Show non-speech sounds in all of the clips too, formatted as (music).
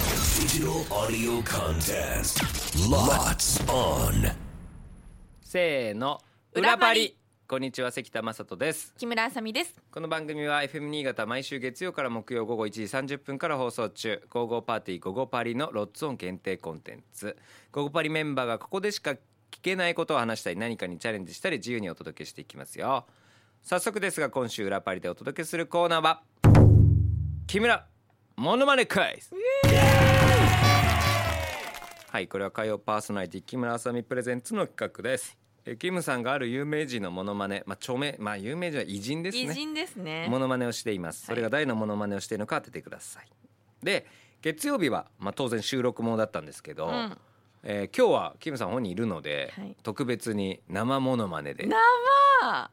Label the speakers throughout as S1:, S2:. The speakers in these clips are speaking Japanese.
S1: Digital audio contest. Lots on.
S2: せーの
S3: 裏パリ
S2: こんにちは関田正人です
S3: 木村あさみです
S2: この番組は FM 新潟毎週月曜から木曜午後1時30分から放送中「ゴーゴーパーティーゴーゴーパリ」のロッツオン限定コンテンツゴーゴーパリメンバーがここでしか聞けないことを話したり何かにチャレンジしたり自由にお届けしていきますよ早速ですが今週裏パリでお届けするコーナーは木村モノマネクイズはいこれは火曜パーソナリティ木村あさみプレゼンツの企画ですえキムさんがある有名人のモノマネまあ著名まあ有名人は偉人ですね
S3: 偉人ですね
S2: モノマネをしています。それが誰のモノマネをしているのか当ててください。で、月曜日はまあ当然収録もだったんですけど、
S3: ん
S2: えー今日はキムさん本人いるので、
S3: はい
S2: 特別に生モノマネで。い
S3: あ
S2: や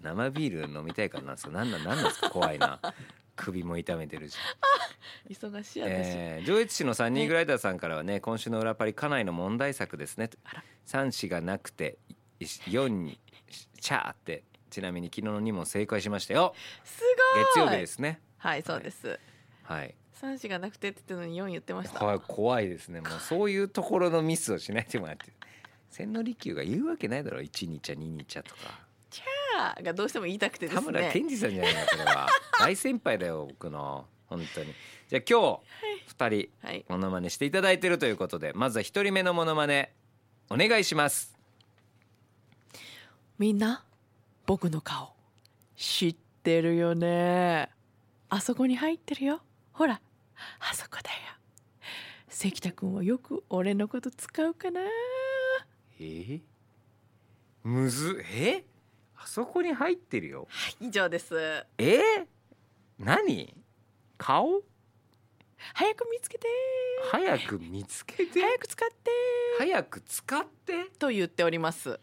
S2: 生ビール飲みたいからなんですよ。なんなんなんなんですか怖いな。首も痛めてるし、
S3: 忙しい私、
S2: えー上越市のサニーグライダーさんからはね今週の裏パリ家内の問題作ですね3子がなくて4にチャーってちなみに昨日の2問正解しましたよ
S3: すごい
S2: 月曜日ですね
S3: はいそうです
S2: はい
S3: 三子がなくてって言ってたのに四言ってました
S2: はい、怖いですね。もうそういうところのミスをしないでもらって。千利休が言うわけないだろ一日茶二日茶とか。
S3: あーがどうしても言いたくてで
S2: 田
S3: す
S2: 村
S3: ね
S2: 健二さんじゃないのこれ
S3: (laughs)
S2: は。大先輩だよ僕の本当に。じゃあ今日二人
S3: はい
S2: モノマネしていただいてるということで、まずは一人目のモノマネお願いします。
S3: みんな僕の顔知ってるよねあそこに入ってるよほらあそこだよ関田君はよく俺のこと使うかな
S2: え？むずえ？あそこに入ってるよ。
S3: 以上です
S2: え？何？顔？
S3: 早く見つけて
S2: 早く見つけて。
S3: 早く使って
S2: 早く使って。
S3: と言っております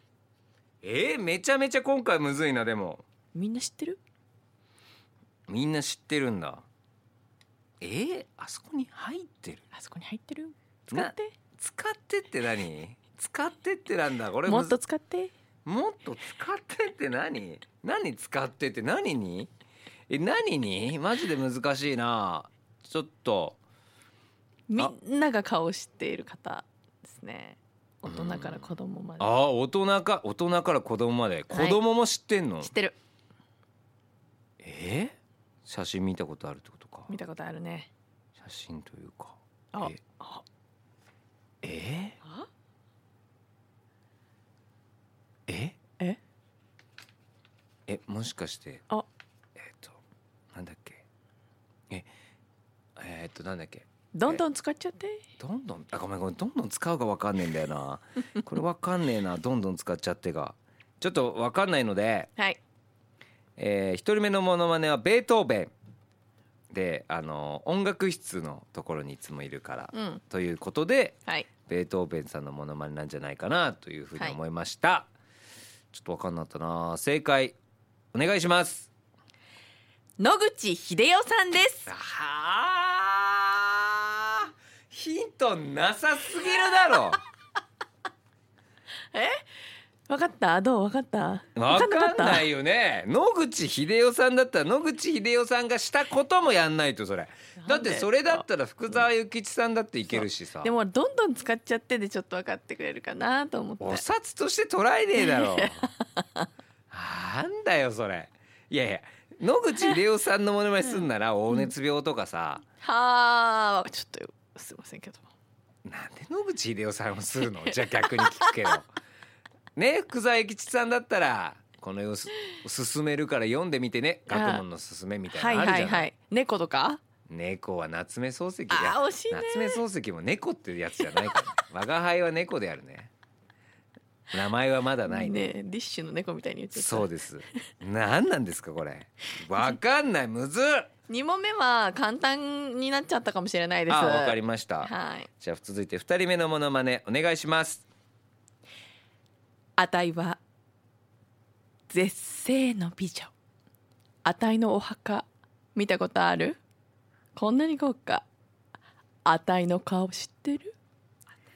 S2: えー、めちゃめちゃ今回むずいなでも
S3: みんな知ってる
S2: みんな知ってるんだえー、あそこに入ってる
S3: あそこに入ってる使
S2: な
S3: って
S2: 使ってって何使ってってなんだこれ
S3: も
S2: む
S3: っ
S2: ず
S3: と使って
S2: もっと使ってって何何使ってって何にえ何にマジで難しいなちょっと
S3: み
S2: あ
S3: んなが顔を知っている方ですね大人か
S2: う
S3: ら
S2: ん
S3: 子供まで
S2: あー大人か大人から子供まで子供も知ってんの、
S3: 知ってる
S2: えー写真見たことあるってことか
S3: 見たことあるね
S2: 写真というか
S3: あ
S2: え
S3: あ
S2: えー
S3: あ
S2: え
S3: え
S2: えもしかして
S3: あ
S2: えっ、となんだっけええっ、となんだっけ
S3: どんどん使っちゃって
S2: どんどんあごめんごめんどんどん使うがわかんねえんだよなこれわかんねえなどんどん使っちゃってがちょっとわかんないので
S3: はい
S2: えー、1人目のモノマネはベートーベンであの音楽室のところにいつもいるから、
S3: うん
S2: ということで
S3: はい
S2: ベートーベンさんのモノマネなんじゃないかなというふうに思いました、ちょっとわかんなかったな正解お願いします
S3: 野口英世さんです
S2: はあヒントなさすぎるだろ
S3: わかったどうわかった
S2: (laughs) わかんないいよね野口英世さんだったら野口英世さんがしたこともやんないとそれだってそれだったら福沢諭吉さんだっていけるしさ
S3: でもどんどん使っちゃってでちょっと分かってくれるかなと思って
S2: お札として捉えねえ (laughs) だろなんだよそれいやいや野口英世さんのモノマネすんなら黄熱病とかさ、
S3: はあちょっとすいませんけど
S2: なんで野口英世さんをするの (laughs) じゃあ逆に聞くけどね福沢諭吉さんだったらこの様子進めるから読んでみてね
S3: あー
S2: 学問のすすめみた
S3: はいい
S2: なのあ
S3: は
S2: る
S3: い
S2: じゃな
S3: はいい猫とか
S2: 猫は夏目漱石で
S3: あー惜しいね
S2: 夏目漱石も猫ってやつじゃないからね
S3: (laughs)
S2: 我が輩は猫であるね名前はまだないね
S3: ねディッシュの猫みたいに言っちゃった
S2: そうです何なんですかこれわかんないむずっ
S3: 二問目は簡単になっちゃったかもしれないです。
S2: あわかりました、
S3: はい。
S2: じゃあ続いて二人目のモノマネお願いします
S3: あたいは絶世の美女。あたいのお墓見たことある？こんなに豪華。あたいの顔知ってる？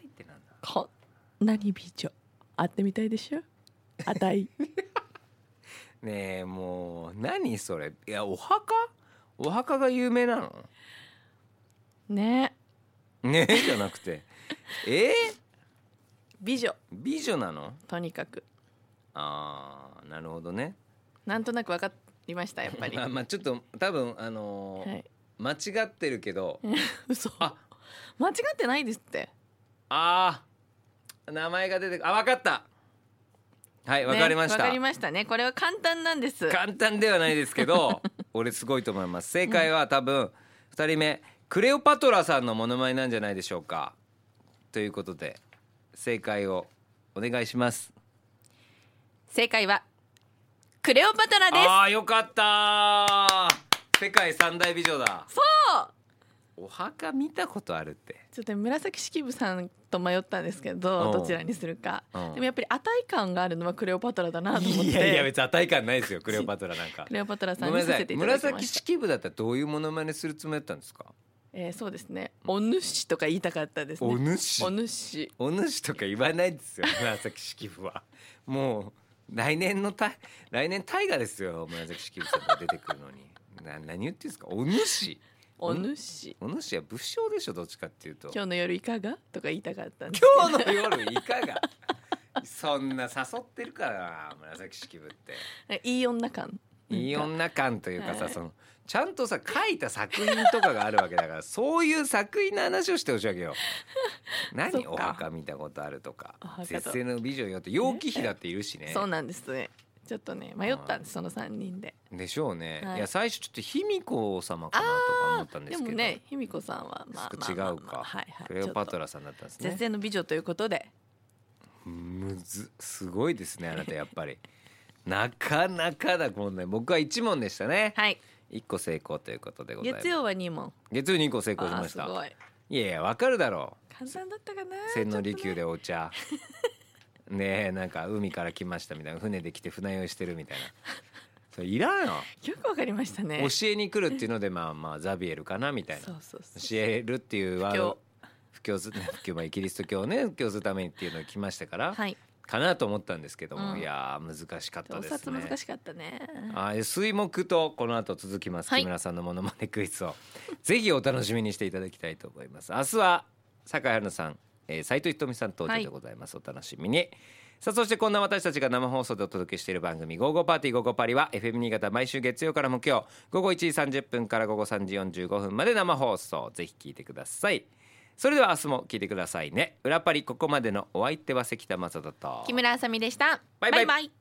S2: ってなんだ
S3: こんなに美女。会ってみたいでしょ？あた
S2: (laughs)
S3: い。
S2: ねえもう何それいやお墓お墓が有名なの
S3: ね。
S2: ねえじ (laughs) ゃなくてえー、
S3: 美女
S2: 美女なの
S3: とにかく
S2: あーなるほどね
S3: なんとなく分かりましたやっぱり、
S2: あ
S3: は
S2: まあちょっと多分あのー (laughs)
S3: い、
S2: 間違ってるけど
S3: 嘘
S2: あ
S3: 間違ってないですって
S2: あー名前が出てくあわかったはいわかりまし
S3: ね、
S2: た、
S3: 分かりましたねこれは簡単なんです
S2: 簡単ではないですけ
S3: (laughs)
S2: ど俺すごいと思います正解は多分2人目クレオパトラさんのモノマネなんじゃないでしょうかということで正解をお願いします
S3: 正解はクレオパトラです
S2: あーよかったー世界三大美女だ
S3: そう
S2: お墓見たことあるって
S3: ちょっと紫式部さんと迷ったんですけど
S2: うん
S3: どちらにするか
S2: うん
S3: でもやっぱり値感があるのはクレオパトラだなと思って
S2: いやいや別に値感ないですよクレオパトラなんか
S3: クレオパトラさ
S2: ご
S3: ん
S2: めん
S3: に
S2: な
S3: さ
S2: さ
S3: せ
S2: い
S3: ていただきま
S2: 紫
S3: した
S2: 式部だったらどういうモノマネするつもりだったんですか
S3: えーそうですねお主とか言いたかったです
S2: お
S3: ね
S2: 主
S3: お主
S2: お主とか言わないですよ紫式部はもう来年のた来年大河ですよ紫式部さんが出てくるのにな何言ってんですかお主
S3: お主
S2: お主は武将でしょどっちかっていうと
S3: 今日の夜いかがとか言いたかったんです
S2: 今日の夜いかがそんな誘ってるからな紫式部って
S3: いい女感
S2: いい女感というかさ、
S3: はい
S2: そのちゃんとさ書いた作品とかがあるわけだから
S3: (laughs)
S2: そういう作品の話をしてほしいわけよ。
S3: そっ
S2: 何
S3: か
S2: お墓見たことあるとか
S3: お墓と
S2: 絶世の美女よって楊貴妃だっているしね。
S3: そうなんですねちょっとね迷ったんですその三人で
S2: でしょうね。
S3: はい
S2: い、や最初ちょっと卑弥呼様かなとか思ったんで
S3: です
S2: け
S3: も
S2: ど、
S3: ね卑弥呼さんはまあまあ
S2: 違う
S3: まあまあ
S2: か、
S3: はいはい
S2: クレオパト
S3: ラ
S2: ラさんだったんです
S3: 絶
S2: ね。
S3: 世の美女ということで
S2: むずすごいですねあなたやっぱ
S3: (laughs)
S2: り。なかなかだこんな僕は一問でしたね。
S3: はい
S2: 一、個成功ということでございます。
S3: 月曜は二問
S2: 月曜に一個成功し
S3: あ
S2: ま
S3: ー
S2: し
S3: す
S2: た。
S3: ごい
S2: いやいやわかるだろ
S3: 簡単だったかな
S2: う千利
S3: ち
S2: 休
S3: ょっとね
S2: でお茶ねえなんか海から来ましたみたいな船で来て船酔いしてるみたいなそれいらんよ
S3: よくわかりましたね
S2: 教えに来るっていうのでまあまあザビエルかなみたいな
S3: そうそうそう
S2: 教えるっていうワード布教す (laughs) 布教まあキリスト教をね布教するためにっていうのが来ましたから、
S3: はい
S2: かなと思ったんですけども、
S3: うん
S2: いやー難しかった
S3: お
S2: です
S3: 札
S2: ね
S3: 難しかったね
S2: はい水木とこの後続きます、
S3: はい
S2: 木村さんのモノマネクイズを (laughs) ぜひお楽しみにしていただきたいと思います明日は酒井春菜さん、えー、斉藤ひとみさん登場でございます、お楽しみにさあそしてこんな私たちが生放送でお届けしている番組「午後パーティー午後パリ」は FM 新潟毎週月曜から木曜午後1時30分から午後3時45分まで生放送ぜひ聞いてくださいそれでは明日も聞いてくださいね裏パリここまでのお相手は関田正人と
S3: 木村あさみでした
S2: バイバイ
S3: バイ